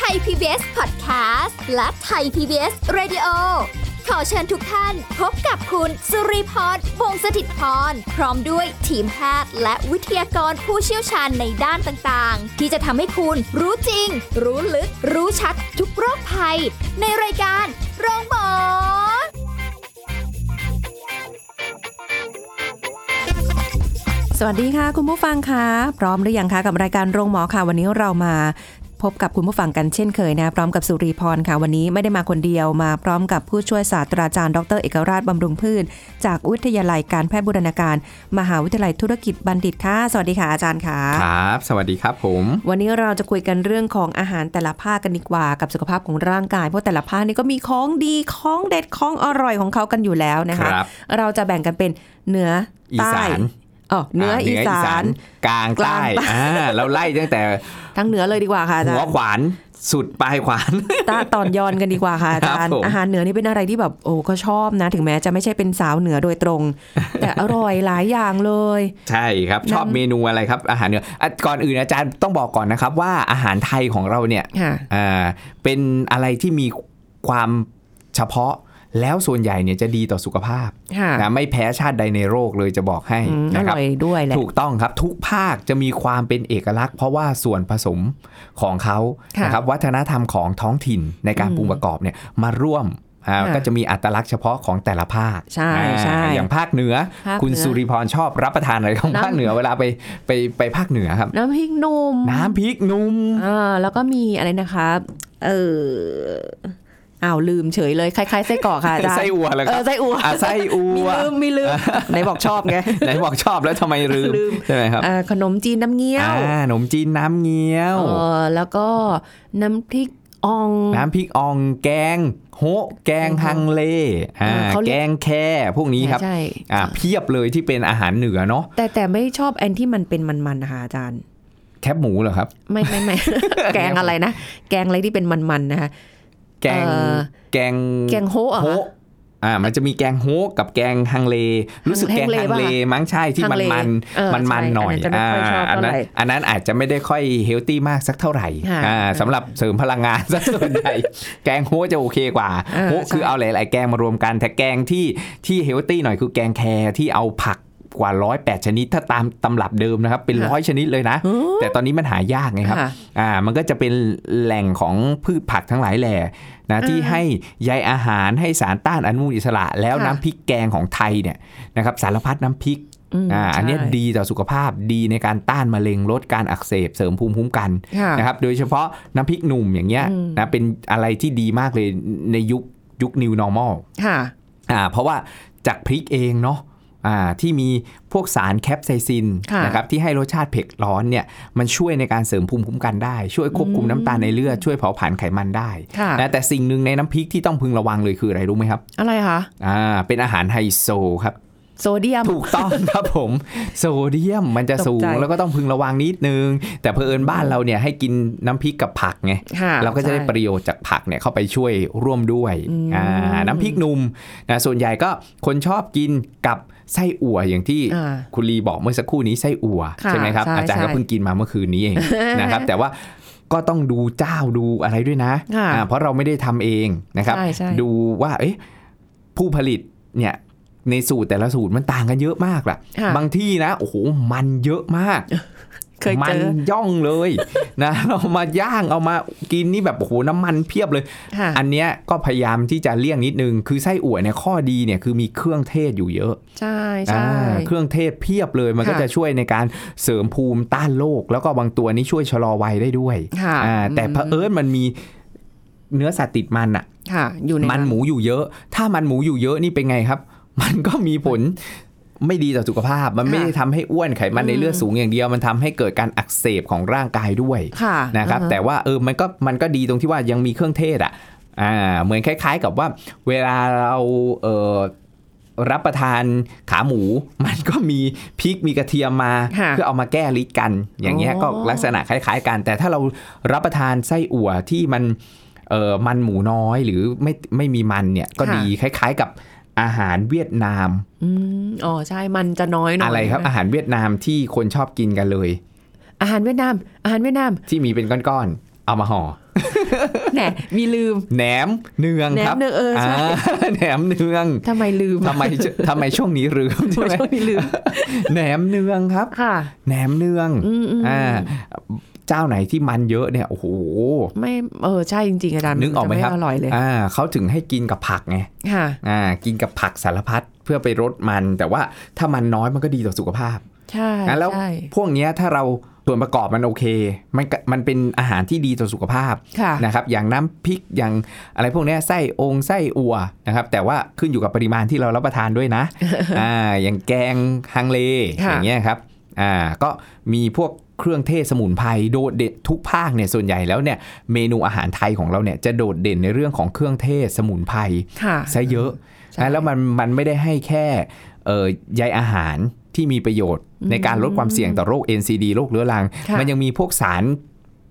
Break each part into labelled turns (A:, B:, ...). A: PBS Podcast และไทย PBS Radio ขอเชิญทุกท่านพบกับคุณสุริพรวงศสถิตพร พร้อมด้วยทีมแพทย์และวิทยากรผู้เชี่ยวชาญในด้านต่างๆ ที่จะทำให้คุณรู้จริง รู้ลึก รู้ชัดทุกโรคภัย ในรายการโรงพยาบาล
B: สวัสดีค่ะ คุณผู้ฟังคะพร้อมหรือยังคะกับรายการโรงหมอค่ะ วันนี้เรามาพบกับคุณผู้ฟังกันเช่นเคยนะพร้อมกับสุรีพรค่ะ วันนี้ไม่ได้มาคนเดียวมาพร้อมกับผู้ช่วยศาสตราจารย์ดรเอกราชบำรุงพืช จากวิทยาลัยการแพทย์บูรณาการ มหาวิทยาลัยธุรกิจบัณฑิตค่ะ สวัสดีค่ะอาจารย์ค่ะ
C: ครับ สวัสดีครับผม
B: วันนี้เราจะคุยกันเรื่องของอาหารแต่ละภาคกันดีกว่า กับสุขภาพของร่างกายเพราะแต่ละภาคนี่ก็มีของดีของเด็ดของอร่อยของเขากันอยู่แล้วนะคะ
C: ครับ
B: เราจะแบ่งกันเป็นเหนือ
C: อี
B: ใต้
C: สาน
B: อ๋อเหนืออีสาน
C: กลาง
B: ก
C: ใต้
B: ลางใต้
C: อ่าเราไล่ตั้งแต่
B: ทั้งเหนือเลยดีกว่าค่ะอาจาร
C: หัว
B: ย์
C: ขวานสุดปลายขวาน
B: ตาตอนยอนกันดีกว่าค่ะอาจารย์
C: ครับผม
B: อาหารเหนือนี่เป็นอะไรที่แบบโอ้ก็ชอบนะ ถึงแม้จะไม่ใช่เป็นสาวเหนือโดยตรง แต่อร่อยหลายอย่างเลย
C: ใช่ครับ ชอบ
B: นำ
C: เมนูอะไรครับ อาหารเหนืออ่ะก่อนอื่นอาจารย์ต้องบอกก่อนนะครับ ว่าอาหารไทยของเราเนี่ย
B: ค่ะ
C: อ่าเป็นอะไรที่มีความเฉพาะแล้วส่วนใหญ่เนี่ยจะดีต่อสุขภาพ
B: ค่ะ
C: นะไม่แพ้ชาติใดในโรคเลยจะบอกให้
B: อืมอ
C: นะครับ
B: ร่อยด้วยแหละ
C: ถูกต้องครับ ทุกภาคจะมีความเป็นเอกลักษณ์ เพราะว่าส่วนผสมของเขา
B: ค่ะ
C: นะครับวัฒนธรรมของท้องถิ่นในการ
B: อืม
C: ปรุงประกอบเนี่ยมาร่วมอ่า
B: ค่ะ
C: ก็จะมีอัตลักษณ์เฉพาะของแต่ละภาค
B: ใช่
C: อ่า
B: ใช่
C: อย่างภาคเหนือ
B: ภาค
C: คุณ
B: เหนือ
C: สุริพรชอบรับประทานอะไรของ
B: น้ำ
C: ภาคเหนือเวลาไปไปไปภาคเหนือครับ
B: น้ำพริกหนุ่ม
C: น้ำพริกหนุ่ม
B: อ่าแล้วก็มีอะไรนะคะ เอออ้าวลืมเฉยเลยคล้ายๆไส้กรอกค่ะอาจารย์
C: ไส้อั่วเหรอครับ
B: เออไส้อั่ว
C: อ่ะไส้อั
B: มี
C: ว
B: ลืมมีลืมไหนบอกชอบไง
C: ไหนบอกชอบแล้วทำไมลืม
B: ลืม
C: ใช่ไหมครับ
B: อ่าขนมจีนน้ำเงี้ยว
C: อ่าขนมจีนน้ำเงี้ยว
B: เออแล้วก็น้ำพริกอ่อง
C: น้ำพริกอ่องแกงโฮะแกงฮังเลอ่า
B: อ่าเขาเรียก
C: แกงแค่พวกนี้ครับ
B: ใช่
C: อ่าเพียบเลยที่เป็นอาหารเหนือเนาะ
B: แต่แต่ไม่ชอบแอนที่มันเป็นมันๆนะคะอาจารย์
C: แคบหมูเหรอครับ
B: ไม่ไม่ไม่ แกงอะไรนะ แกงอะไรที่เป็นมันๆนะคะ
C: แกง
B: เอ่อ
C: แกง
B: แกงโฮะเหรอคะ
C: โฮะอ่ามันจะมีแกงโฮะกับแกงฮังเล รู้สึกแกง
B: ฮั
C: ฮั
B: ง
C: ง
B: เล
C: เล
B: ป่ะคะ
C: มั้งใช่ที่
B: ฮั
C: มัน
B: งเล
C: มัน
B: เออ
C: มันมัน
B: ใช่
C: หน่อย
B: อันนั้นจะไม่ค่อยชอบ
C: อัน
B: เท่า
C: นั้น
B: ไหร่
C: อันนั้นอาจจะไม่ได้ค่อยเฮลตี้มากสักเท่าไหร่
B: ค่ะ
C: อ่าสำหรับเสริมพลังงาน สักส่วนใหญ่แกงโฮะจะโอเคกว่า
B: เออ
C: โฮะคือ
B: ใช่
C: เอาหลาย ๆ แกงมารวมกันแต่แกงที่ที่เฮลตี้หน่อยคือแกงแคที่เอาผักกว่าร้อยแปดชนิดถ้าตามตำรับเดิมนะครับเป็นร้อยชนิดเลยนะ
B: อืม
C: แต่ตอนนี้มันหายากไงครับ
B: ค่ะ
C: อ่า มันก็จะเป็นแหล่งของพืชผักทั้งหลายแหล่นะที่ให้ใยอาหารให้สารต้านอนุมูลอิสระ แล้ว
B: ค่ะ
C: น้ำพริกแกงของไทยเนี่ยนะครับสารพัดน้ำพริก
B: อืม
C: อ่า
B: ใช่
C: อันเนี้ยดีต่อสุขภาพดีในการต้านมะเร็งลดการอักเสบเสริมภูมิคุ้มกัน
B: ค่ะ
C: นะครับโดยเฉพาะน้ำพริกหนุ่มอย่างเงี้ย
B: อืม
C: นะเป็นอะไรที่ดีมากเลยในยุคยุค new normal
B: ค่ะ
C: อ่าเพราะว่าจากพริกเองเนาะอ่าที่มีพวกสารแคปไซซิน
B: ค่ะ
C: นะครับที่ให้รสชาติเผ็ดร้อนเนี่ยมันช่วยในการเสริมภูมิคุ้มกันได้ ช่วยควบคุมน้ำตาลในเลือด ช่วยเผาผลาญไขมันได้
B: ค่ะ
C: นะแต่สิ่งหนึ่งในน้ำพริกที่ต้องพึงระวังเลยคืออะไรรู้ไหมครับ
B: อะไรคะ
C: อ่าเป็นอาหารไฮโซ ครับ
B: โซเดียม
C: ถูกต้องครับผมโซเดียมมันจะสู
B: ตก
C: ง
B: ใจ
C: แล้วก็ต้องพึงระวังนิดนึง แต่เพอเอิญบ้านเราเนี่ยให้กินน้ำพริกกับผักไง
B: ค่ะ
C: เราก็จะได้
B: ใช่
C: ประโยชน์จากผักเนี่ยเข้าไปช่วยร่วมด้วย
B: อืม
C: อ่าน้ำพริกหนุ่มนะส่วนใหญ่ก็คนชอบกินกับไส้อั่วอย่างที่
B: อ่า
C: คุณลีบอกเมื่อสักครู่นี้ไส้อั่ว
B: ค่ะ
C: ใช่ไหมครับ
B: ใช่
C: อาจารย์ก็
B: ใช่
C: เพิ่งกินมาเมื่อคืนนี้เอง นะครับแต่ว่าก็ต้องดูเจ้าดูอะไรด้วยนะ
B: ค่ะ
C: อ่าเพราะเราไม่ได้ทำเองนะครับ
B: ใช่ใช่
C: ดูว่าเอ๊ะผู้ผลิตเนี่ยในสูตรแต่ละสูตรมันต่างกันเยอะมากล่ะ
B: ค่ะ
C: บางที่นะโอ้โหมันเยอะมาก
B: เคย
C: มั
B: เจ
C: น
B: อ
C: ย่องเลย นะ เรามาย่างเอามากินนี่แบบโอ้โหน้ำมันเพียบเลย
B: ค่ะ
C: อันเนี้ยก็พยายามที่จะเลี่ยงนิดนึง คือไส้อั่วเนี่ยข้อดีเนี่ยคือมีเครื่องเทศอยู่เยอะ
B: ใช่ใช่
C: อ่าเครื่องเทศเพียบเลยมันก็
B: ค่ะ
C: จะช่วยในการเสริมภูมิต้านโรคแล้วก็บางตัวนี้ช่วยชะลอวัยได้ด้วย
B: ค่ะ
C: อ่าแต่
B: อืม
C: เผอิญมันมีเนื้อสัตว์ติดมันอะ
B: ค่ะ อยู่ใน
C: มันหมูอยู่เยอะ ถ้ามันหมูอยู่เยอะนี่เป็นไงครับ มันก็มีผลไม่ดีต่อสุขภาพ มันไม่ได้ทำให้อ้วนไขมันในเลือดสูงอย่างเดียว มันทำให้เกิดการอักเสบของร่างกายด้วย
B: ค่ะ
C: นะครับ
B: อ่าฮ
C: แต่ว่าเออ มันก็มันก็ดีตรงที่ว่ายังมีเครื่องเทศอ่ะ อ่า เหมือนคล้าย ๆ กับว่า เวลาเราเออรับประทานขาหมู มันก็มีพริกมีกระเทียมมา
B: ค่ะ
C: เพื่อเอามาแก้ฤทธิ์กัน อย่างเงี้ย
B: อ๋อ
C: ก็ลักษณะคล้าย ๆ กัน แต่ถ้าเรารับประทานไส้อั่วที่มัน เอ่อมันหมูน้อยหรือไม่ไม่มีมันเนี่ยก็
B: ค่ะ
C: ดีคล้ายๆกับอาหารเวียดนาม
B: อืมอ๋อใช่ มันจะน้อยหน่อย
C: อะไรครับ
B: น
C: อาหารเวียดนามที่คนชอบกินกันเลย
B: อาหารเวียดนาม อาหารเวียดนาม
C: ที่มีเป็นก้อนๆเอามาห่อ
B: แหนมีลืม
C: แหนมเนือง
B: แหนม
C: ครับ
B: เนืองเออใช่
C: า แหนมเนือง
B: ทำไมลืม
C: ทำไม ทำไมช่วงนี้ลืม
B: ทำ
C: ใช่
B: ไม
C: ไหม
B: ช่วงนี้ลืม
C: แหนมเนืองครับ
B: ค่ะ
C: แหนมเนือง
B: อืมอืม
C: อ่าเจ้าไหนที่มันเยอะเนี่ยโอ้โห
B: ไม่เออใช่จริงๆอาจารย์
C: นึกออกไหมครับ
B: จะอร่อยเลย
C: อ่าเขาถึงให้กินกับผักไง
B: ค่ะ
C: อ่ากินกับผักสารพัดเพื่อไปลดมัน แต่ว่าถ้ามันน้อยมันก็ดีต่อสุขภาพ
B: ใช่
C: อ่ะแล้ว
B: ใช่
C: พวกเนี้ยถ้าเราส่วนประกอบมันโอเค มันก็มันเป็นอาหารที่ดีต่อสุขภาพ
B: ค่ะ
C: นะครับ อย่างน้ำพริกอย่างอะไรพวกเนี้ยไส้องไส้อัวนะครับ แต่ว่าขึ้นอยู่กับปริมาณที่เรารับประทาน ด้วยนะ อ่าอย่างแกงฮังเล
B: ค่ะ
C: อย่างเงี้ยครับอ่าก็มีพวกเครื่องเทศสมุนไพรโดดเด่นทุกภาคเนี่ยส่วนใหญ่แล้วเนี่ยเมนูอาหารไทยของเราเนี่ยจะโดดเด่นในเรื่องของเครื่องเทศสมุนไพร
B: ค่ะ
C: ซะเยอะ
B: ใช่
C: นะแล้วมันมันไม่ได้ให้แค่เอ่อใยอาหารที่มีประโยชน์ในการลดความเสี่ยงต่อโรค NCD โรคเรื้อรัง
B: ค่ะ
C: มันยังมีพวกสาร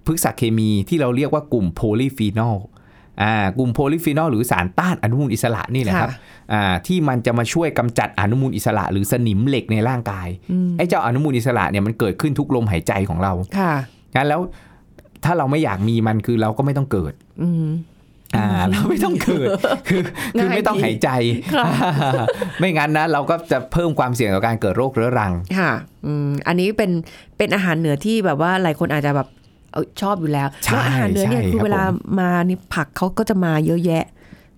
C: พฤกษเคมีที่เราเรียกว่ากลุ่มโพลีฟีนอลอ่ากลุ่มโพลีฟีนอลหรือสารต้านอนุมูลอิสระนี่แหละครับ
B: ค่ะ
C: อ่าที่มันจะมาช่วยกำจัดอนุมูลอิสระ หรือสนิมเหล็กในร่างกาย
B: อืม
C: ไอ้เจ้าอนุมูลอิสระเนี่ยมันเกิดขึ้นทุกลมหายใจของเรา
B: ค่ะ
C: งั้นแล้วถ้าเราไม่อยากมีมันคือเราก็ไม่ต้องเกิด
B: อืม
C: อ่า เราไม่ต้อง เกิดคือคื
B: ง่า
C: อยไม่ต้อง
B: ดี
C: หายใจ
B: ค่ะ
C: ไม่งั้นนะ เราก็จะเพิ่มความเสี่ยงต่อการเกิดโรคเรื้อรัง
B: ค่ะอืมอันนี้เป็นเป็นอาหารเหนือที่แบบว่าหลายคนอาจจะแบบเอ้ยชอบอยู่แล้ว
C: ใช่
B: แล้วอาหารเหนือเนี่ย
C: ใช่
B: คือ
C: ครับ
B: เวลามานี่ผักเขาก็จะมาเยอะแยะ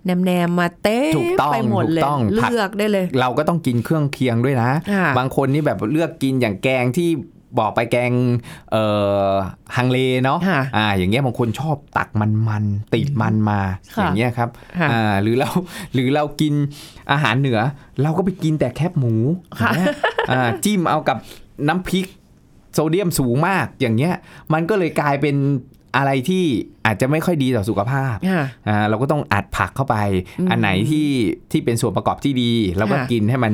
B: แนมแนมๆมาเต้
C: ถูกต้อง
B: ไปหมดเลย
C: ถูกต้องผัก
B: เลือกได้เลย
C: เราก็ต้องกินเครื่องเคียงด้วยนะ
B: ค่ะ
C: บางคนนี่แบบเลือกกินอย่างแกงที่บอกไปแกงเอ่อฮังเลเนาะ
B: ค่ะ
C: อ่าอย่างเงี้ยบางคนชอบตักมันมันๆติดมันมาอย่างเงี้ยครับ
B: ค่ะ
C: อ่าหรือเรา หรือเรากินอาหารเหนือ เราก็ไปกินแต่แคบหมู
B: ค่ะ
C: นะอ่าจิ้มเอากับน้ำพริก โซเดียมสูงมากอย่างเงี้ยมันก็เลยกลายเป็นอะไรที่อาจจะไม่ค่อยดีต่อสุขภาพ
B: ค่ะ
C: อ่าเราก็ต้องอัดผักเข้าไป
B: อืม
C: อันไหนที่ที่เป็นส่วนประกอบที่ดีเราก็
B: ค่ะ
C: กินให้มัน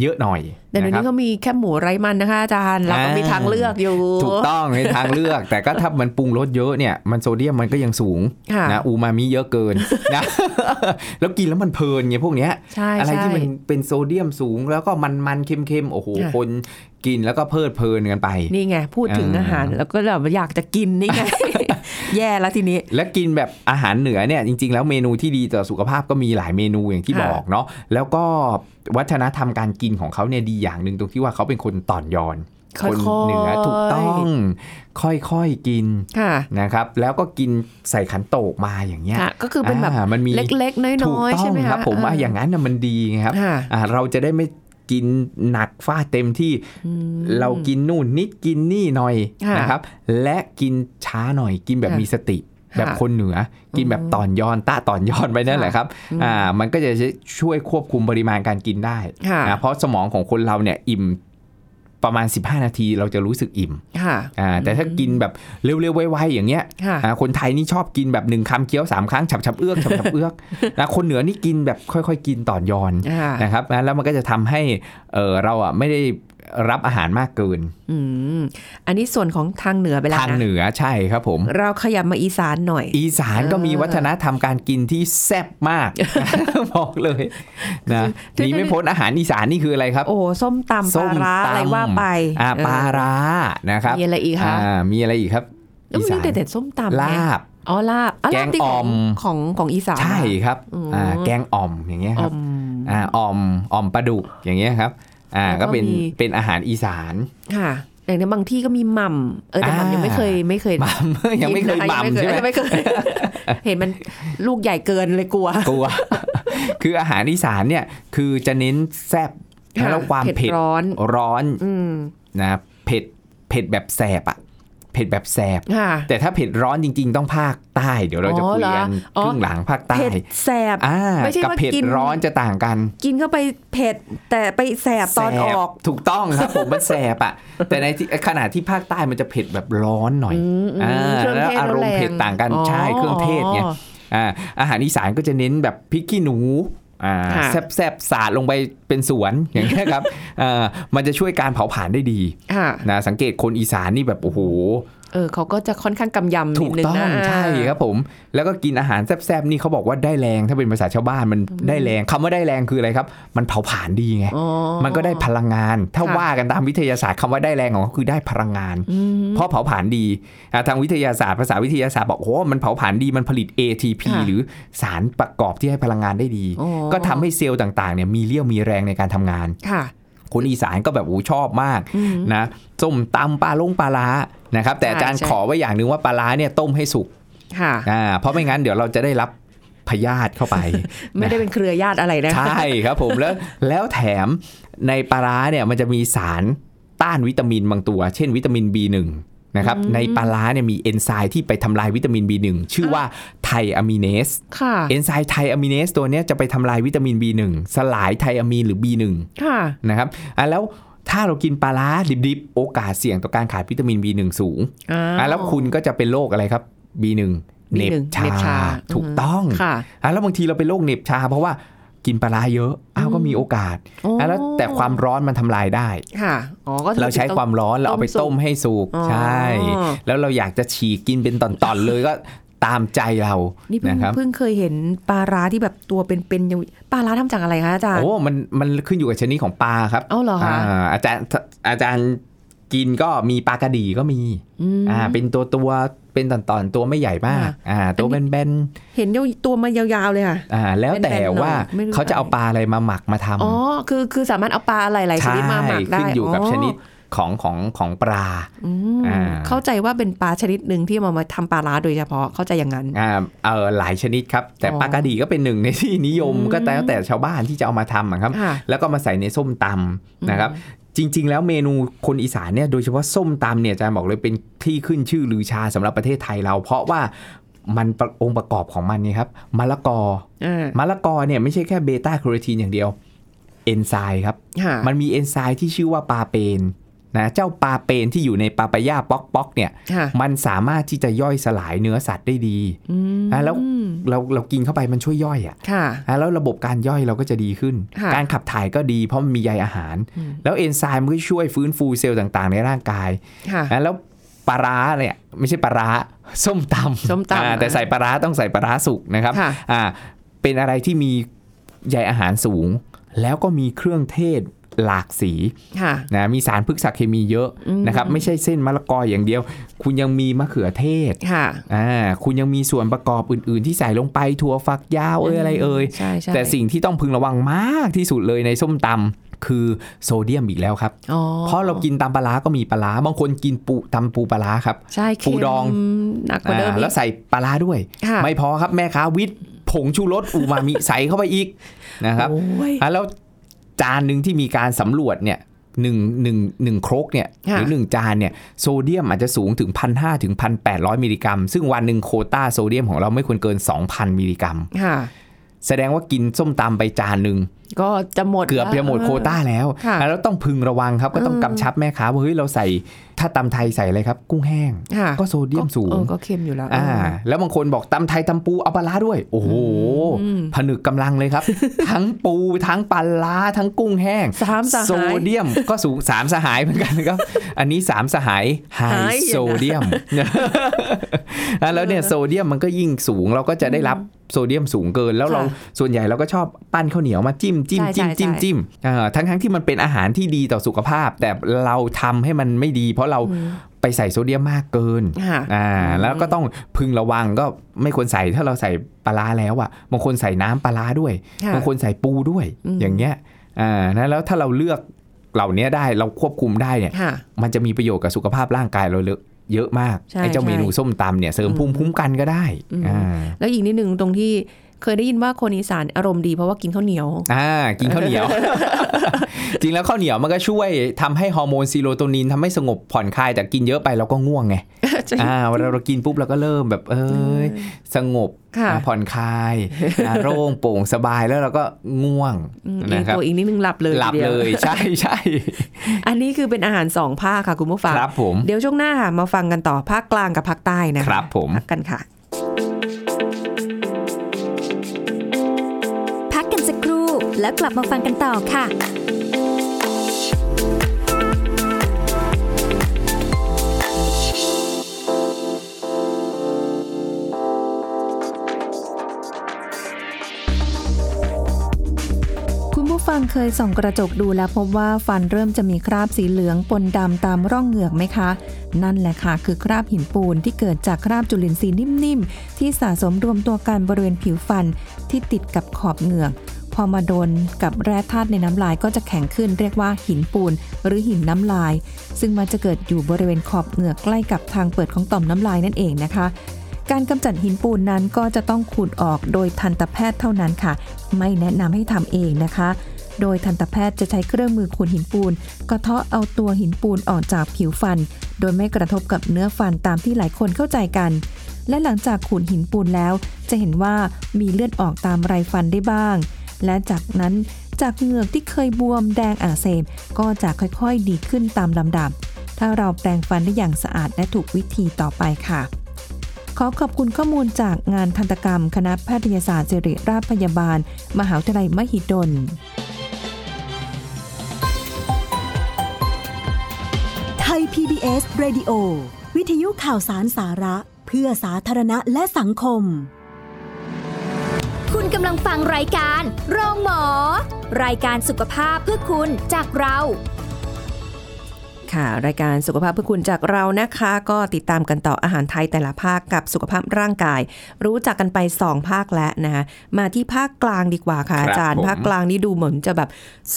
C: เยอะหน่อย
B: แต่เดี๋ยว
C: นะ
B: นี้
C: ครับ
B: ก็มีแค่หมูไร้มันนะคะอาจารย์เราก็
C: อ่ามี
B: มีทางเลือกอยู่
C: ถูกต้องในทางเลือก แต่ก็ถ้ามันปรุงรสเยอะเนี่ยมันโซเดียมมันก็ยังสูง
B: ค่ะ
C: นะอูมามิเยอะเกินนะ แล้วกินแล้วมันเพลินไงพวกเนี้ย
B: ใช่
C: อะไร
B: ใช่
C: ที่มันเป็นโซเดียมสูงแล้วก็มันมันๆเค็มๆโอ้โห
B: ค่ะ
C: คนกินแล้วก็เพลิดเพลินกันไป
B: นี่ไงพูดถึง
C: อ่า
B: อาหารแล้วก็แบบอยากจะกินนี่ ไง แย่แล้วทีนี้
C: และกินแบบอาหารเหนือเนี่ยจริง ๆ แล้วเมนูที่ดีต่อสุขภาพก็มีหลายเมนูอย่างที่
B: ค่ะ
C: บอกเนาะแล้วก็วัฒนธรรมการกินของเขาเนี่ยดีอย่างหนึ่งตรงที่ว่าเขาเป็นคนต่อนยอน
B: ค่อย
C: คน
B: ๆ
C: เหนือถูกต้อง ค่อยๆกิน
B: ค่ะ
C: นะครับ แล้วก็กินใส่ขันโตกมาอย่างเงี้ย
B: ค่ะ ก็คือเป็นแบบ
C: ามันมี
B: เล็กๆ
C: ถู
B: น้
C: ก
B: อยๆ
C: ต้
B: ใช่
C: อง
B: ไหม
C: ครั
B: คะ
C: บผมอ่ะอย่างนั้นนะมันดีไงครับ
B: ค่ะ
C: อ่าเราจะได้ไม่กินหนักฟาดเต็มที่เรากินนู่นนิดกินนี่หน่อย
B: ค่ะ
C: นะครับ และกินช้าหน่อยกินแบบ
B: ค่ะ
C: มีสติ แบบคนเหนือ กินแบบตอนยอนตะตอนยอนไปนั่นแหละครับ
B: อืม
C: อ่ามันก็จะช่วยควบคุมปริมาณการกินได้
B: ค่ะ
C: นะเพราะสมองของคนเราเนี่ยอิ่มประมาณ 15 นาทีเราจะรู้สึกอิ่ม
B: ค่ะ
C: อ่าแต่ถ้ากินแบบเร็วๆไวๆอย่างเงี้ย
B: ค่ะ
C: อ่าคนไทยนี่ชอบกินแบบหนึ่งคำเคี้ยวสามครั้งฉับฉับๆเอื้อกฉับฉับๆเอื้อกนะคนเหนือนี่กินแบบค่อยๆ กินต่อนยอน
B: ค่ะ
C: นะครับนะแล้วมันก็จะทำให้เออเราอ่ะไม่ได้รับอาหารมากเกิน
B: อืมอันนี้ส่วนของทางเหนือไปแล้ว
C: ทาง
B: นะ
C: เหนือใช่ครับผม
B: เราขยับมาอีสานหน่อย
C: อีสานก็มี
B: เออ
C: วัฒนธรรมการกินที่แซ่บ มาก บอกเลยนะ
B: คือ
C: หนีไม่พ้นอาหารอีสานนี่คืออะไรครับ
B: โอ้โหส้มตำป
C: ส้ม
B: ลาร้า
C: ตำ
B: อะไรว่าไป
C: อ่า
B: เออ
C: ปลาร้านะครับ
B: มีอะไรอีกคะ
C: อ่ามีอะไรอีกครับ
B: ก็มีแต่แต่ส้มตำไง
C: ลาบ
B: อ๋อลาบอ๋อลาบที่
C: แกง
B: ข
C: อ่
B: อ
C: อม
B: งของของอีสาน
C: ใช่ครับ
B: อืม
C: อ่าแกงอ่อมอย่างเงี้ย
B: อ
C: ครับ
B: ม
C: อ่าอ่อมอ่อมปลาดุกอย่างเงี้ยครับอ่า
B: แล้วก็
C: ก็เป็น
B: มี
C: เป็นอาหารอีสาน
B: ค่ะอย่างในบางที่ก็มีหม่ำเออแต่หม่ำยังไม่เคยไม่เคย
C: หมัม ยังไม่เคย
B: กิน
C: ห
B: นะะ
C: มัมใช่ไหม
B: ยังไม่เคยยังไม่เคย เห็นมันลูกใหญ่เกินเลยกลัว
C: กลัว คืออาหารอีสานเนี่ยคือจะเน้นแซ่บ
B: ค่ะ
C: แล้วความเผ็ด
B: ร้อน
C: ร้อน
B: อืม
C: นะเผ็ดเผ็ดแบบแสบอะเผ็ดแบบแสบ
B: ค่ะ
C: แต่ถ้าเผ็ดร้อนจริง ๆ ต้องภาคใต้ เดี๋ยวเราจะ
B: อ๋อ
C: คุยกัน
B: เหรออ๋อ
C: ครึ่งหลังภาคใต้
B: เผ็ดแสบ
C: อ่า
B: ไม่ใช่
C: กับ
B: ว่า
C: เผ็ด
B: กิน
C: ร้อนจะต่างกัน
B: กินเข้าไปเผ็ด แต่ไปแสบตอนออก
C: แสบถูกต้องครับ ผมมันแสบอ่ะ แต่ในที่ขณะที่ภาคใต้มันจะเผ็ดแบบร้อนหน่อย
B: อืมอืม
C: อ่า
B: เครื่อง
C: แล้ว
B: เทศ
C: อารมณ์
B: แรง
C: เผ็ดต่างกัน
B: อ๋อ
C: ใช่เครื่องเทศไง
B: อ๋อ
C: อ่าอาหารอีสานก็จะเน้นแบบพริกขี้หนูอ่า
B: ค่ะ
C: แซบแซบๆสาดลงไปเป็นสวน อย่างเงี้ยครับ อ่ามันจะช่วยการเผาผลาญได้ดี
B: ค่ะ
C: นะสังเกตคนอีสานนี่แบบโอ้โห
B: เออเขาก็จะค่อนข้างกำยำนิ
C: ถู
B: ด
C: ก
B: นึง
C: ต้อ
B: นะ
C: งใช่ครับผม แล้วก็กินอาหารแซ่บๆนี่เขาบอกว่าได้แรงถ้าเป็นภาษาชาวบ้านมันได้แรงคำว่าได้แรงคืออะไรครับ มันเผาผลาญดีไง
B: อ๋อ
C: มันก็ได้พลังงาน ถ้า
B: ค่ะ
C: ว่ากันตามวิทยาศาสตร์คำว่าได้แรงของเขาคือได้พลังงาน เพราะเผาผลาญดีอ่ะทางวิทยาศาสตร์ภาษาวิทยาศาสตร์บอกโอ้โหมันเผาผลาญดีมันผลิต ATP
B: ค่ะ
C: หรือสารประกอบที่ให้พลังงานได้ดี
B: อ๋อ
C: ก็ทำให้เซลล์ต่างๆเนี่ยมีเลี้ยวมีแรงในการทำงาน
B: ค่ะ
C: คนอีสานก็แบบโอ้ชอบมากนะส้มตำปลาลงปลาล้านะครับแต่อาจารย์
B: ใช่ใช่
C: ขอไว้อย่างหนึ่งว่าปลาล้าเนี่ยต้มให้สุก
B: ค่ะ
C: อ่าเพราะไม่งั้นเดี๋ยวเราจะได้รับพยาธิเข้าไป
B: ไม่ได้เป็นเครือญาติอะไรนะ
C: ใช่ครับผมแล้วแล้วแถมในปลาร้าเนี่ยมันจะมีสารต้านวิตามินบางตัว เช่นวิตามิน B1 นะครับในปลาร้าเนี่ยมีเอนไซม์ที่ไปทำลายวิตามิน B1 ชื่อว่าไทอะมิเนส
B: ค่ะ
C: เอนไซม์ไทอะมิเนสตัวเนี้ยจะไปทำลายวิตามิน B1 สลายไทอะมีนหรือ B1
B: ค่ะ
C: นะครับอ่ะแล้วถ้าเรากินปลาร้าดิบๆ โอกาสเสี่ยงต่อการขาดวิตามิน B1 สูง
B: อ่า
C: อ่ะแล้วคุณก็จะเป็นโรคอะไรครับ B1 เหน็บ
B: B1
C: ชา
B: เหน็บชา
C: ถูกต้อง
B: ค่ะ
C: อ่ะแล้วบางทีเราเป็นโรคเหน็บชาเพราะว่ากินปลาร้าเยอะอ้าวก็มีโอกาส
B: อ๋ออ่
C: ะแล้วแต่ความร้อนมันทำลายได้
B: ค่ะอ๋อก็ถือ
C: เราใช้ความร้อนเราเอาไปต้มให้สุก
B: อ๋อ
C: ใช่ แล้วเราอยากจะฉีกกินเป็นตอนๆเลยก็ตามใจเรา
B: นี่เพิ่ง
C: นะครับ
B: เพิ่งเคยเห็นปลาร้าที่แบบตัวเป็นๆยังปลาร้าทำจากอะไรคะอาจารย์
C: โอ้มันมันขึ้นอยู่กับชนิดของปลาครับ
B: เอาเหรอคะ
C: าอาจารย์อาจารย์กินก็มีปลากระดีก็มี
B: อืม
C: อ่าเป็นตัวตัวๆเป็นตอนๆตัวไม่ใหญ่มากอ่าตัวแบน
B: เห็นยาวตัวมายาวๆเลยค่ะ
C: ๆอ่าแล้วแต่
B: แบนๆหน่อย
C: ว่า
B: ไม่รู้
C: เขาจะเอาปลาอะไรมาหมักมาทำ
B: อ๋อคือคือสามารถเอาปลาหลายๆชนิดมาหมักได้
C: ขึ้นอยู่กับชนิดของของของปลา
B: อืม
C: อ่า
B: เข้าใจว่าเป็นปลาชนิดหนึ่งที่เอามาทำปลาร้าโดยเฉพาะเข้าใจอย่างนั้น
C: อ่าเออหลายชนิดครับ แต่
B: อ๋อ
C: ปลากระดีก็เป็นหนึ่งในที่นิยม
B: อืม
C: ก็แล้วแต่ชาวบ้านที่จะเอามาทำอะครับ
B: ค่ะ
C: แล้วก็มาใส่ในส้มตำนะครับ จริง ๆ แล้วเมนูคนอีสานเนี่ยโดยเฉพาะส้มตำเนี่ยอาจารย์บอกเลยเป็นที่ขึ้นชื่อลือชาสำหรับประเทศไทยเรา เพราะว่ามันประองค์ประกอบของมันเนี่ยครับมะละกอมะละกอเนี่ยไม่ใช่แค่เบต้าแคโรทีนอย่างเดียวเอนไซม์ครับ
B: ะ
C: มันมีเอนไซม์ที่ชื่อว่าปาเปนนะเจ้าปาเปนที่อยู่ในปาปายาป๊อกป๊อกเนี่ย
B: ค่ะ
C: มันสามารถที่จะย่อยสลายเนื้อสัตว์ได้ดี
B: อืม
C: นะแล้วเราเรากินเข้าไปมันช่วยย่อยอะ
B: ค่ะ
C: ่ะแล้วระบบการย่อยเราก็จะดีขึ้น
B: ค่ะ
C: การขับถ่ายก็ดีเพราะมันมีใยอาหาร
B: อืม
C: แล้วเอนไซม์มันก็ช่วยฟื้นฟูเซลล์ต่างๆ ในร่างกาย
B: ค่ะ
C: นะแล้วปลาร้าเนี่ยไม่ใช่ปลาร้า ส้มตำ
B: ส้มตำ
C: อ่าแต่ใส่ปลาร้าต้องใส่ปลาร้าสุกนะครับ
B: ค่ะ
C: อ่าเป็นอะไรที่มีใยอาหารสูง แล้วก็มีเครื่องเทศหลากสี
B: ค่ะ
C: นะมีสารพฤกษเคมีเยอะ
B: อืม
C: นะครับไม่ใช่เส้นมะละกออย่างเดียว คุณยังมีมะเขือเทศ
B: ค่ะ
C: อ่าคุณยังมีส่วนประกอบอื่น ๆ ที่ใส่ลงไปถั่วฝักยาวเอ้ยอะไรเอ่ย
B: ใช่ใช่
C: แต่สิ่งที่ต้องพึงระวังมากที่สุดเลยในส้มตำคือโซเดียมอีกแล้วครับ
B: อ๋อ
C: เพราะเรากินตำปลาร้าก็มีปลาร้าบางคนกินปูตำปูปลาร้าครับ
B: ใช่
C: ปู
B: เค็ม
C: ดอง
B: หนักกว่า
C: อ่า
B: เดิมอีก
C: แล้วใส่ปลาร้าด้วย
B: ค่ะ
C: ไม่พอครับแม่ค้าวิทย์ผงชูรสอูมามิ ใส่เข้าไปอีกนะครับ
B: โอ้ย
C: อ่ะแล้วจานหนึ่งที่มีการสำรวจเนี่ยหนึ่งหนึ่งหนึ่งครกเนี่ยห
B: ค่ะ
C: รือหนึ่งจานเนี่ยโซเดียมอาจจะสูงถึงพันห้าถึงพันแปดร้อยมิลลิกรัม ซึ่งวันหนึ่งโควต้าโซเดียมของเราไม่ควรเกิน 2,000 มิลลิกรัม
B: ค่ะ
C: แสดงว่ากินส้มตำไปจานหนึ่ง
B: ก็จะหมด
C: เกือบจะหมด
B: แล้ว
C: โควต้าแล้ว
B: ค่ะ
C: อ่ะแล้วต้องพึงระวังครับ ก็ต้อง
B: เออ
C: กำชับแม่ค้าว่าเฮ้ยเราใส่ถ้าตำไทยใส่อะไรครับ กุ้งแห้ง
B: ค่ะ
C: ก็โซเดียมสู
B: เอง อก็เค็มอยู่แล้ว
C: อ่า
B: เออ
C: แล้วบางคนบอกตำไทยตำปูเอาปลาร้าด้วย โอ้โห
B: อืม
C: ผนึกกำลังเลย ครับ ทั้งปูทั้งปลาร้าทั้งกุ้งแห้ง
B: สามสหาย
C: โซเดียม ก็สูงสามสหายเหมือนกันครับ อันนี้สามสหายไฮ
B: หายอยู่นะ
C: โซเดียม อ่ะแล้วเนี่ยโซเดียมมันก็ยิ่งสูงเราก็จะได้รับโซเดียมสูงเกิน แล้วเราส่วนใหญ่เราก็ชอบปั้นข้าวเหนียวมาจิ้มจิ้มจิ้มจิ้มจิ้มอ่าทั้งทั้งๆที่มันเป็นอาหารที่ดีต่อสุขภาพ แต่เราทำให้มันไม่ดี เพราะเราไปใส่โซเดียมมากเกิน
B: ค่ะ
C: อ่า
B: อืม
C: แล้วก็ต้องพึงระวังก็ไม่ควรใส่ถ้าเราใส่ปลาร้าแล้วอ่ะบางคนใส่น้ำปลาร้าด้วย
B: ค่ะ
C: บางคนใส่ปูด้วย
B: อืม
C: อย่างเงี้ยอ่านะแล้วถ้าเราเลือกเหล่านี้ได้เราควบคุมได้เนี่ย
B: ค่ะ
C: มันจะมีประโยชน์กับสุขภาพร่างกายเราเยอะมาก
B: ใช่
C: ไอ้เจ้า
B: ใช่
C: เมนูส้มตำเนี่ยเสริมภูมิคุ้มกันก็ได้
B: อืม
C: อ่า
B: แล้วอีกนิดหนึ่งตรงที่เคยได้ยินว่าคนอีสานอารมณ์ดีเพราะว่ากินข้าวเหนียว
C: อ่ากินข้าว เหนียว จริงแล้วข้าวเหนียวมันก็ช่วยทำให้ฮอร์โมนซีโรโทนินทำให้สงบผ่อนคลายแต่กินเยอะไปเราก็ง่วงไง อ่าเวลาเรากินปุ๊บเราก็เริ่มแบบเอ้ยสงบ
B: ค่ะ
C: อ่าผ่อนคลายอ่าโล่งโปร่งสบายแล้วเราก็ง่วง
B: อืม
C: นะ
B: อีก
C: ครับ
B: ตัวอีกนิดนึงหลับเลย
C: หลับ
B: ทีดี
C: เล
B: วย
C: ใช่ใช่
B: อันนี้คือเป็นอาหารสองภาคค่ะคุณผู้ฟัง
C: ครับผม
B: เดี๋ยวช่วงหน้าค่ะมาฟังกันต่อภาคกลางกับภาคใต้นะครับ
C: ผม
B: พักกันค่ะ
A: พักกันสักครู่แล้วกลับมาฟังกันต่อค่ะ
D: 「
B: เคยส่องกระจกดูแล้วพบว่าฟันเริ่มจะมีคราบสีเหลืองปนดำตามร่องเหงือกไหมคะ นั่นแหละค่ะ คือคราบหินปูนที่เกิดจากคราบจุลินทรีย์นิ่มๆ ที่สะสมรวมตัวกันบริเวณผิวฟันที่ติดกับขอบเหงือก พอมาโดนกับแร่ธาตุในน้ำลายก็จะแข็งขึ้นเรียกว่าหินปูน หรือหินน้ำลาย ซึ่งมันจะเกิดอยู่บริเวณขอบเหงือกใกล้กับทางเปิดของต่อมน้ำลายนั่นเองนะคะ การกำจัดหินปูนนั้นก็จะต้องขูดออกโดยทันตแพทย์เท่านั้นค่ะ ไม่แนะนำให้ทำเองนะคะ โดยทันตแพทย์จะใช้เครื่องมือขูดหินปูนกระเทาะเอาตัวหินปูนออกจากผิวฟัน โดยไม่กระทบกับเนื้อฟันตามที่หลายคนเข้าใจกัน และหลังจากขูดหินปูนแล้ว จะเห็นว่ามีเลือดออกตามไรฟันได้บ้าง และจากนั้นจากเหงือกที่เคยบวมแดงอักเสบก็จะค่อยๆดีขึ้นตามลำดับ ถ้าเราแปรงฟันได้อย่างสะอาดและถูกวิธีต่อไปค่ะ ขอขอบคุณข้อมูลจากงานทันตกรรม คณะแพทยศาสตร์ศิริราชพยาบาล มหาวิทยาลัยมหิดล
D: ไทย PBS Radio วิทยุข่าวสารสาระ เพื่อสาธารณะและสังคม
A: คุณกำลังฟังรายการโรงหมอ รายการสุขภาพเพื่อคุณจากเรา
B: ค่ะ รายการสุขภาพเพื่อคุณจากเรานะคะ ก็ติดตามกันต่ออาหารไทยแต่ละภาคกับสุขภาพร่างกาย รู้จักกันไป 2 ภาคแล้วนะคะมาที่ภาคกลางดีกว่าค่ะ
C: ครับ
B: อาจารย์
C: ผม
B: ภาคกลางนี่ดูเหมือนจะแบบซ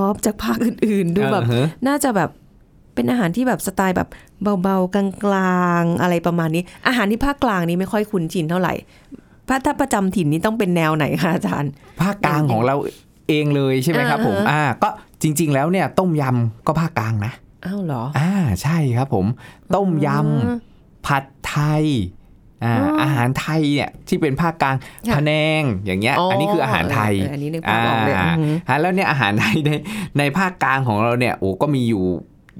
B: อบๆจากภาคอื่นๆ ดูแบบ
C: เออฮะ
B: น่าจะแบบเป็นอาหารที่แบบสไตล์แบบเบาๆ กลางๆ อะไรประมาณนี้ อาหารที่ภาคกลางนี้ไม่ค่อยคุ้นชินเท่าไหร่พระถ้าประจำถิ่นนี้ต้องเป็นแนวไหนคะอาจารย์
C: ภาคกลางของเราเองเลยใช่ไหมครับผม
B: อ่าฮะ
C: อ่า ก็จริง ๆ แล้วเนี่ยต้มยำก็ภาคกลางนะ
B: อ้าวเหรอ
C: อ่า ใช่ครับผม ต้มยำ ผัดไทย อ่า
B: อ๋ออ
C: อาหารไทยเนี่ยที่เป็นภาคกลาง
B: ค่ะ
C: พะแนงอย่างเงี้ย อันนี้คืออาหารไทย
B: เอออันนี้นึกภาพออกเลย
C: อ่า
B: อืม
C: ฮะแล้วเนี่ยอาหารไทยใน ในภาคกลางของเราเนี่ยโอ้ก็มีอยู่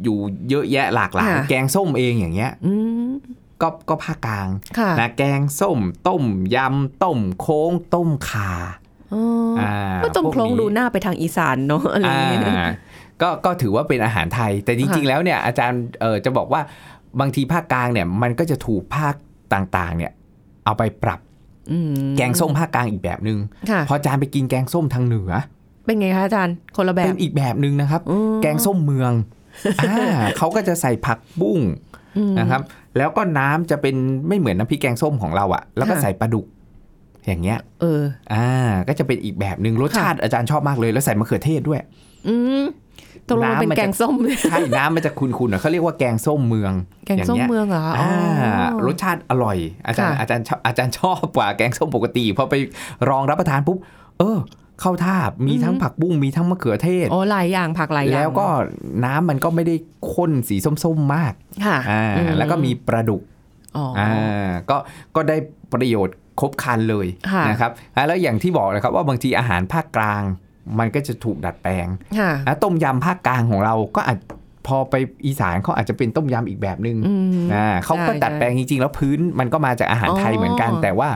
C: อยู่เยอะแยะหลากหลาย
B: ค่ะ
C: แกงส้มเองอย่างเงี้ย
B: อืม
C: ก็ก็ภาคกลาง
B: ค่ะ
C: นะแกงส้ม ต้มยำต้มโค้ง ต้มขา
B: อ๋ออ
C: อ่า
B: ก็จมโคลง
C: พวกนี้
B: ดูหน้าไปทางอีสานเนาะ อะไรอย่างเงี้ย
C: อ่าก็ก็ถือว่าเป็นอาหารไทย แต่จริง ๆ
B: ค่ะ
C: แล้วเนี่ยอาจารย์เออจะบอกว่าบางทีภาคกลางเนี่ยมันก็จะถูกภาคต่างๆเนี่ยเอาไปปรับ
B: อืม
C: แกงส้มภาคกลางอีกแบบหนึ
B: ค่ะ
C: ่งพออาจารย์ไปกินแกงส้มทางเหนือ
B: เป็นไงคะอาจารย์ คนละแบ
C: เป็
B: บ
C: นอีกแบบหนึ่งนะครับ
B: อืม
C: แกงส้มเมื องอ่าเขาก็จะใส่ผักบุ้ง
B: อืม
C: นะครับ แล้วก็น้ำจะเป็นไม่เหมือนน้ำพริกแกงส้มของเราอะแล้วก็
B: ค่ะ
C: ใส่ปลาดุก อย่างเงี้ย
B: เออ
C: อ่า ก็จะเป็นอีกแบบหนึ่งรส
B: ค่ะ
C: ชาติอาจารย์ชอบมากเลย แล้วใส่มะเขือเทศด้วย
B: อืมตกลงมัน
C: น้ำ
B: เป็น
C: มันจะ
B: แกงส้ม
C: ใช่ น้ำมันจะคุณคุณเขาเรียกว่าแกงส้มเมือง
B: แกงส้ม
C: ย่า
B: เมื
C: ย
B: องเหรออ๋อ
C: อ่า
B: อ
C: รสชาติอร่อย อาจารย์
B: ค่ะ
C: อาจารย์ชอบอาจารย์ชอบกว่าแกงส้มปกติพอไปลองรับประทานปุ๊บ เออ เข้าท่ามีทั้งผักบุ้งมีทั้งมะเขือเทศ
B: โอ้หลายอย่างผักหลายอย่าง
C: แล้วก็น้ำมันก็ไม่ได้ข้นสีส้มๆมาก
B: ค่ะ
C: อ่า
B: อื
C: แล้วก็มีปลาดุก
B: อ๋ออ
C: อ่า ก็ ก็ได้ประโยชน์ครบครันเลย
B: ค่ะ
C: นะครับอ่าแล้วอย่างที่บอกนะครับว่าบางทีอาหารภาคกลาง มันก็จะถูกดัดแปลง
B: ค่ะ
C: นะต้มยำภาคกลางของเราก็อาจพอไปอีสานเขาอาจจะเป็นต้มยำอีกแบบหนึ
B: อื
C: ง่ง
B: ม
C: อ่าเขาก็
B: ใช่
C: ดัดแปลงจริงๆ แล้วพื้นมันก็มาจากอาหารไทยเหมือนกัน
B: อ๋อ
C: แต่ว่า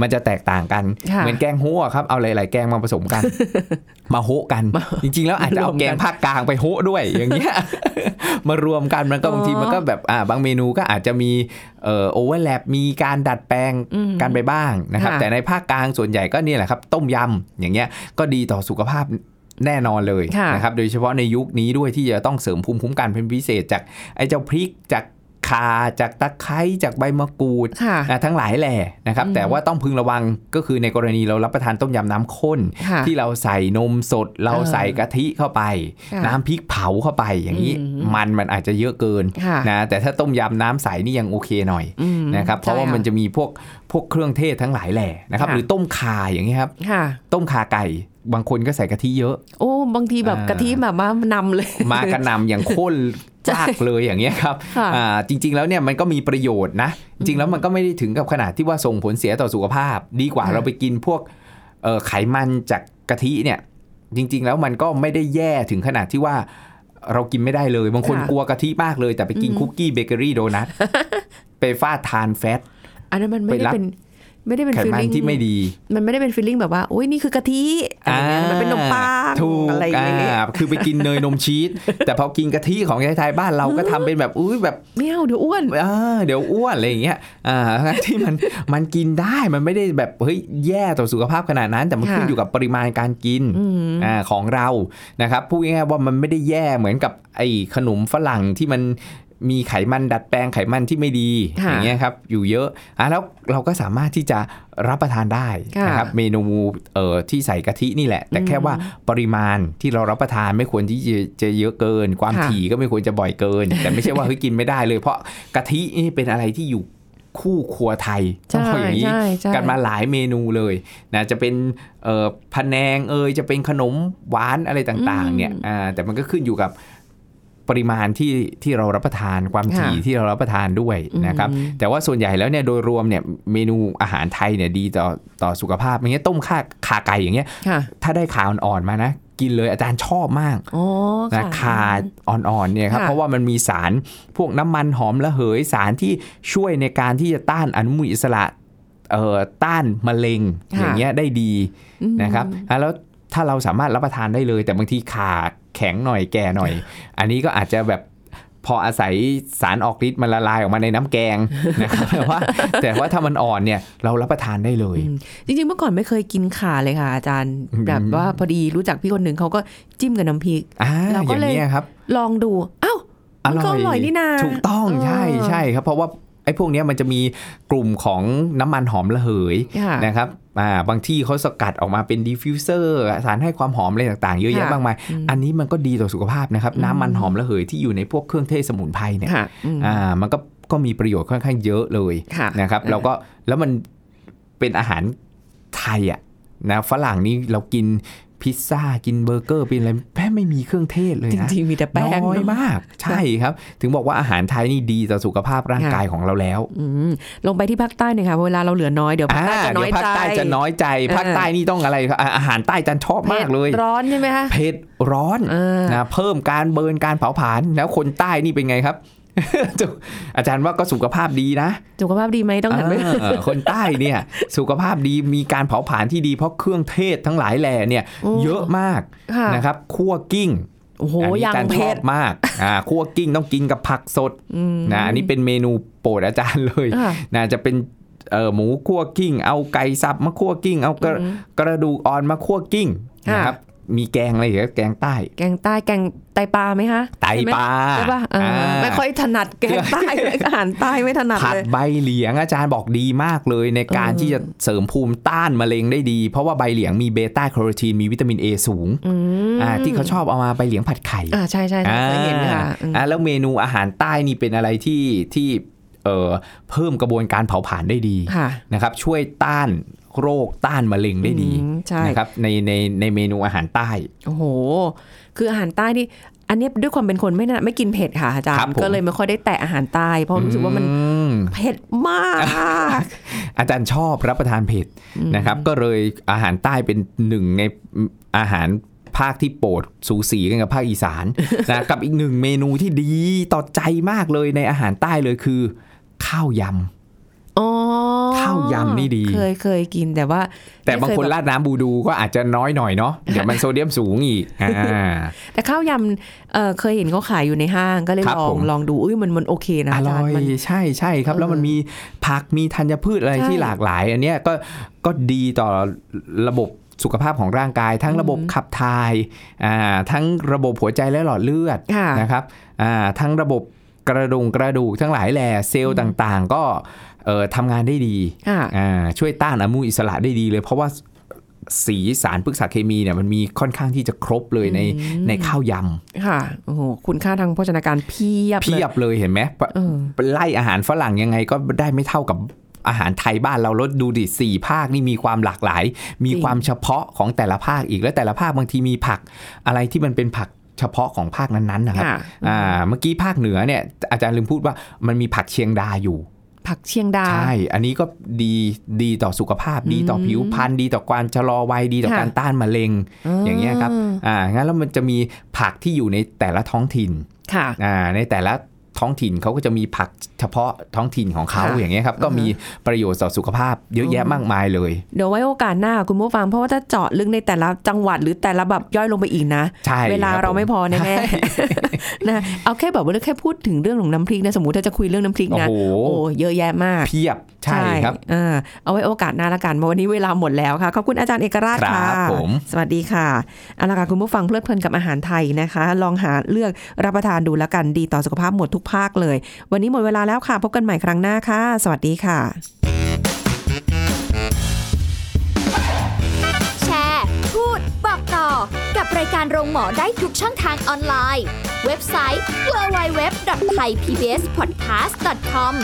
C: มันจะแตกต่างกัน
B: ค่ะ
C: เหมือนแกงฮั่วครับ เอาหลายๆแกงมาผสมกัน มาโฮะกัน จริงๆ แล้วอาจจะเอาแกงภาคกลางไปโฮะด้วยอย่างเงี้ย มารวมกันมันก็บางทีมันก็แบบอ่าบางเมนูก็อาจจะมีเอ่อโอเวอร์แลปมีการดัดแปลง
B: อืม
C: กันไปบ้างนะครับ
B: ค่ะ
C: แต่ในภาคกลางส่วนใหญ่ก็เนี่ยแหละครับ ต้มยำอย่างเงี้ยก็ดีต่อสุขภาพแน่นอนเลย
B: ค่ะ
C: นะครับโดยเฉพาะในยุคนี้ด้วยที่จะต้องเสริมภูมิคุ้มกันเป็นพิเศษจากไอ้เจ้าพริกจากข่าจากตะไคร้จากใบมะกรูด
B: ค่ะ
C: อ่ะทั้งหลายแหล่นะครับ
B: อืม
C: แต่ว่าต้องพึงระวังก็คือในกรณีเรารับประทานต้มยำน้ำข้น
B: ค่ะ
C: ที่เราใส่นมสด เรา
B: เออ
C: ใส่กะทิเข้าไป
B: ค่ะ
C: น้ำพริกเผาเข้าไปอย่างนี้
B: อืม
C: มันมันอาจจะเยอะเกิน
B: ค่ะ
C: นะแต่ถ้าต้มยำน้ำใสนี่ยังโอเคหน่อย
B: อืม
C: นะครับเพ
B: ใช่
C: ราะว่ามัน
B: ค่
C: จะมีพวกพวกเครื่องเทศทั้งหลายแหล่นะครับ
B: ค่ะ
C: หรือต้มข่าอย่างนี้ครับ
B: ค่ะ
C: ต้มข่าไก่ บางคนก็ใส่กะทิเยอะ
B: โอ้บางทีแบบ
C: อ่าก
B: กะทิแบบว่านำเลย
C: มากระหนำอย่างข้น
B: ใช่
C: จากเลยอย่างเงี้ยครับ
B: ค่ะ
C: อ่าจริงๆแล้วเนี่ยมันก็มีประโยชน์นะ จริงๆแล้วมันก็ไม่ได้ถึงกับขนาดที่ว่าส่งผลเสียต่อสุขภาพ ดีกว่า
B: ค่ะ
C: เราไปกินพวกเอ่อไขมันจากกะทิเนี่ย จริง ๆ แล้วมันก็ไม่ได้แย่ถึงขนาดที่ว่าเรากินไม่ได้เลย บางคนกลัวกะทิมากเลย แต่ไปกินคุกกี้เบเกอรี่โดนัท ไปฟาดทานแฟต
B: อันนั้นมันไม่
C: ไปรั
B: ได้
C: บ
B: เป็น ไม่ได้เป็น
C: ไข
B: ฟีล
C: มัน
B: ลิ่ง
C: ที่ไม่ดี
B: มันไม่ได้เป็นฟีลลิ่งแบบว่าโอ้ยนี่คือกะทิอะไรเงี้ยมันเป็นนมปัง
C: ถูก
B: อะไรอย่างเงี้ย
C: อ่าคือไปกินเนยนมชีส แต่พอกินกะทิของไทยๆบ้านเราก็ทำเป็นแบบอุ้ยแบบ
B: ไม่เอาเดี๋ยวอ้วน
C: เออเดี๋ยวอ้วนอะไรอย่างเงี้ยอ่า ทั้งที่มันมันกินได้มันไม่ได้แบบเฮ้ยแย่ต่อสุขภาพขนาดนั้น แต่มัน
B: ค่ะ
C: ขึ้นอยู่กับปริมาณการกินอ่าของเรานะครับพูดง่ายๆว่ามันไม่ได้แย่เหมือนกับไอ้ขนมฝรั่งที่มันมีไขมันดัดแปลงไขมันที่ไม่ดี
B: ค่ะ
C: อย่างเงี้ยครับอยู่เยอะอ่ะแล้วเราก็สามารถที่จะรับประทานได้นะครับ
B: ค่ะ
C: เมนูเอ่อที่ใส่กะทินี่แหละ แต่แค่ว่าปริมาณที่เรารับประทานไม่ควรที่จะจะเยอะเกิน ความ
B: ค่ะ
C: ถี่ก็ไม่ควรจะบ่อยเกิน แต่ไม่ใช่ว่าเฮ้ยกินไม่ได้เลย เพราะกะทินี่เป็นอะไรที่อยู่คู่ครัวไทยต้องบอกอย่างนี้
B: ใช่ใช่
C: กันมาหลายเมนูเลยนะจะเป็นเอ่อพะแนงเอยจะเป็นขนมหวานอะไรต่างๆเนี่ยอ่าแต่มันก็ขึ้นอยู่กับปริมาณที่ที่เรารับประทานความถี่ที่เรารับประทานด้วยนะครับ แต่ว่าส่วนใหญ่แล้วเนี่ยโดยรวมเนี่ยเมนูอาหารไทยเนี่ยดีต่อต่อสุขภาพอย่างเงี้ยต้มข่าขาไก่อย่างเงี้ย
B: ค่ะ
C: ถ้าได้ขาอ่อนๆมานะ กินเลยอาจารย์ชอบมาก
B: อ๋อ
C: นะ
B: ค่ะ
C: ขาอ่อนๆเนี่ยครับ
B: ค่ะ
C: เพราะว่ามันมีสารพวกน้ำมันหอมระเหยสารที่ช่วยในการที่จะต้านอนุมูลอิสระเอ่อต้านมะเร็งอย่างเงี้ยได้ดีนะครับอ่ะแล้วถ้าเราสามารถรับประทานได้เลย แต่บางทีขาแข็งหน่อยแก่หน่อย อันนี้ก็อาจจะแบบ พออาศัยสารออกฤทธิ์มันละลายออกมาในน้ำแกง นะครับแต่ว่าแต่ว่าถ้ามันอ่อนเนี่ยเรารับประทานได้เลย
B: อืมจริงๆเมื่อก่อนไม่เคยกินขาเลยค่ะอาจารย์
C: อืม
B: แบบว่าพอดีรู้จักพี่คนหนึ่งเขาก็จิ้มกับน้ำพริก
C: อ่า
B: เรา
C: อ
B: ก็
C: ย่าง
B: เลย
C: เนี้ยครับ
B: ลองดูอ้าวมันก็อร่อยนี่นา
C: ถูกต้องใช่
B: เออ
C: ใช่ครับ เพราะว่าไอ้พวกเนี้ยมันจะมีกลุ่มของน้ำมันหอมระเหย
B: ค่ะ
C: นะครับอ่าบางที่เขาสกัดออกมาเป็นดีฟิวเซอร์สารให้ความหอมอะไรต่างๆ เยอะแยะมากมายอันนี้มันก็ดีต่อสุขภาพนะครับ น้ำมันหอมระเหยที่อยู่ในพวกเครื่องเทศสมุนไพรเนี่ย
B: ค่ะอืม
C: อ่ามันก็ก็มีประโยชน์ค่อนข้างเยอะเลย
B: ค่ะ
C: นะครับ
B: อ่า
C: เราก็แล้วมันเป็นอาหารไทยอ่ะนะฝรั่งนี่เรากินพิซซ่ากินเบอร์เกอร์เป็นอะไรแม่ไม่มีเครื่องเทศเลย
B: จ
C: นะ
B: ริงๆมีแต่แป้ง
C: น้อยมาก ใช่ครับ ถึงบอกว่าอาหารไทยนี่ดีต่อสุขภาพร่างกายของเราแล้ว
B: อืมลงไปที่ภาคใต้หน่อยค่ะเวลาเราเหลือน้อยเดี๋ยวภาคใต้จะน้อย
C: เดี๋ยวภา
B: ใจ
C: คใต้จะน้อยใจ
B: เออ
C: ภาคใต้นี่ต้องอะไรอ่ะอาหารใต้จันชอบมากเลย
B: ผ็ดร้อนใช่ไหมคะ
C: เผ็ดร้อน
B: เออ
C: นะเพิ่มการเบิร์นการเผาผลาญแล้วคนใต้นี่เป็นไงครับ อาจารย์ว่าก็สุขภาพดีนะ
B: สุขภาพดีไหมต้องหันไป
C: เออคนใต้เนี่ย สุขภาพดีมีการเผาผลาญที่ดีเพราะเครื่องเทศทั้งหลายแหล่เนี่ย
B: โอ้
C: เยอะมาก
B: ค่ะ
C: นะครับคั่วกิ้ง
B: โอ้โห
C: นนี้
B: ยัง
C: จรช
B: เผ็
C: อ
B: ด
C: บมากอ่าคั่วกิ้งต้องกินกับผักสดนะอันนี้เป็นเมนูโปรดอาจารย์เลย
B: ค่ะ
C: นะจะเป็นเอ่อหมูคั่วกิ้ง เอาไก่สับมาคั่วกิ้ง เอากระกระดูกอ่อนมาคั่วกิ้งนะครับมีแกงอะไรเหรอแกงใต้
B: แกงใต้แกงไตปลาไหมคะ
C: ไตปลา
B: ใช่ปะเอออไม่ค่อยถนัดแกงใต้อาหารใต้ไม่ถนัด
C: ผัด
B: เลย
C: ใบเหลียงอาจารย์บอกดีมากเลยในการที่จะเสริมภูมิต้านมะเร็งได้ดี เพราะว่าใบเหลียงมีเบต้าแคโรทีนมีวิตามิน A สูงอ่าที่เขาชอบเอามาใบเหลียงผัดไข่
B: อ่าใช่ใช่ใช่เคยเห็นค่ะอืม
C: อ่าแล้วเมนูอาหารใต้นี่เป็นอะไรที่ที่เอ่อเพิ่มกระบวนการเผาผลาญได้ดี
B: ค่ะ
C: นะครับช่วยต้านโรคต้านมะเร็งได้ดี
B: อืมใช่
C: นะครับในในในเมนูอาหารใต้
B: โอ้โห คืออาหารใต้นี่ อันเนี้ยด้วยความเป็นคนไม่น่าไม่กินเผ็ดค่ะอาจาร
C: ครับ
B: ย์
C: ผม
B: ก็เลยไม่ค่อยได้แตะอาหารใต้เพราะรู้สึกว่ามัน
C: อืม
B: เผ็ดมาก
C: อาจารย์ชอบรับประทานเผ็ดนะครับ ก็เลยอาหารใต้เป็นหนึ่งในอาหารภาคที่โปรดสูสีกันกับภาคอีสาน นะ กับอีกหนึ่งเมนูที่ดีต่อใจมากเลยในอาหารใต้เลยคือ ข้าวย
B: อ๋อ
C: ข้าวยำนี่ดี
B: เคยเคยกินแต่ว่า
C: ำแต่บางคน
B: ไม่เยแ
C: ราดน้ำบูดูก็อาจจะน้อยหน่อยเนาะเดี๋ยวมันโซเดียมสูงอีกอ่า
B: แต่ข้าวยำเอ่อเคยเห็นเขาขายอยู่ในห้างก็เลย
C: ครับ
B: ลอง
C: ผม
B: ลองดูอุ้ยมันมันโอเคนะ
C: อ
B: อาจา
C: ร่
B: ร
C: อย
B: ย์มัน
C: ใช่ใช่ครับ แล้วมันมีผักมีธัญพืชอะไร
B: ใช่
C: ที่หลากหลาย อันเนี้ยก็ก็ดีต่อระบบสุขภาพของร่างกาย ทั้งระบบขับถ่ายอ่าทั้งระบบหัวใจและหลอดเลือด
B: ค่ะ
C: นะครับอ่าทั้งระบบกระดงกระดูกทั้งหลายแหล่เซลล์ต่างๆ ก็เอ่อทำงานได้ดี
B: ค่ะ
C: อ่าช่วยต้านอนุมูลอิสระได้ดีเลย เพราะว่าสีสารพฤกษเคมีเนี่ยมันมีค่อนข้างที่จะครบเลยในในข้าวยำ
B: ค่ะโอ้โหคุณค่าทางโภชนาการเพียบเล
C: เพี
B: ย
C: ยบเลยเห็นไหมปะ
B: เออ
C: ไล่อาหารฝรั่งยังไงก็ได้ไม่เท่ากับอาหารไทยบ้านเราลดดูดิสี่ภาคนี่มีความหลากหลาย มีความเฉพาะของแต่ละภาคอีกแล้วแต่ละภาคบางทีมีผัก อะไรที่มันเป็นผักเฉพาะของภาคนั้นๆนะครับ
B: ค่ะ
C: อ่าเมื่อกี้ภาคเหนือเนี่ยอาจารย์ลืมพูดว่ามันมีผักเชียงดาอยู่
B: ผักเชียงดา
C: ใช่ อันนี้ก็ดีดีต่อสุขภาพดีต่อผิวพรรณดีต่อการชะลอวัยดีต่อ
B: ค่ะ
C: การต้านมะเร็ง อย่างเงี้ยครับ
B: อ่า
C: อ่างั้นแล้วมันจะมีผักที่อยู่ในแต่ละท้องถิ่น
B: ค่ะ
C: อ่าในแต่ละ ท้องถิ่นเขาก็จะมีผักเฉพาะท้องถิ่นของเขา
B: ค่ะ
C: อย่างเงี้ยครับก็มีประโยชน์ต่อสุขภาพเยอะแยะ
B: อืม
C: มากมายเลย
B: เดี๋ยวไว้โอกาสหน้าคุณผู้ฟังเพราะว่าถ้าเจาะลึกในแต่ละจังหวัดหรือแต่ละแบบย่อยลงไปอีกนะ
C: ใช่
B: เวลา
C: คบ
B: เราไม่พ
C: ผ
B: อแน่ๆ นะเอาแค่แบบว่าแค่พูดถึงเรื่องของน้ำพริกนะสมมติถ้าจะคุยเรื่องน้ำพริก
C: โอ้
B: นะ
C: โห
B: โอ้เยอะแยะมาก
C: เพียบใช่ครับ
B: อ่าเอาไว้โอกาสหน้าละกันวันนี้เวลาหมดแล้วค่ะ ขอบคุณอาจารย์เอกราช
C: ครั
B: ค่ะ
C: บผม
B: สวัสดีค่ะเอาละค่ะคุณผู้ฟังเพลิดเพลินกับอาหารไทยนะคะ ลองหาเลือกรับประทานดูละกันดีต่อสุขภาพหมดทุกภาคเลย วันนี้หมดเวลาแล้วค่ะ พบกันใหม่ครั้งหน้าค่ะ สวัสดีค่ะ
A: แชร์ พูด บอกต่อ กับรายการโรงหมอได้ทุกช่องทางออนไลน์ เว็บไซต์ www.thaipbspodcast.com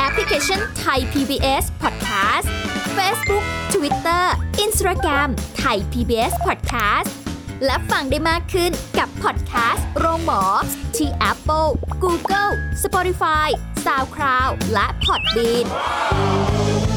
A: แอปพลิเคชัน Thai PBS Podcast Facebook Twitter Instagram Thai PBS Podcast และฟังได้มากขึ้นกับพอดแคสต์โรงหมอ ที่ Apple, Google, Spotify, SoundCloud และ Podbean